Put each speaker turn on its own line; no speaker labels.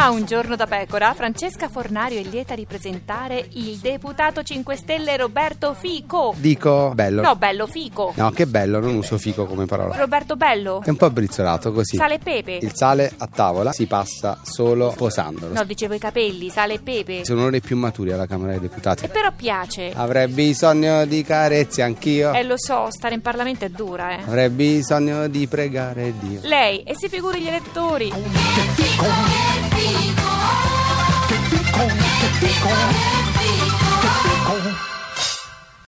A un giorno da pecora, Francesca Fornario è lieta di presentare il deputato 5 Stelle Roberto Fico.
Dico bello.
No, bello Fico.
No, che bello, non uso fico come parola.
Roberto Bello.
È un po' brizzolato così.
Sale e pepe.
Il sale a tavola si passa solo posandolo.
No, dicevo i capelli, sale e pepe.
Sono uno dei più maturi alla Camera dei Deputati.
E però piace.
Avrei bisogno di carezze anch'io.
Eh, lo so, stare in Parlamento è dura, eh.
Avrei bisogno di pregare Dio.
Lei, e si figuri gli elettori.
Che fico, che fico, che fico, che fico.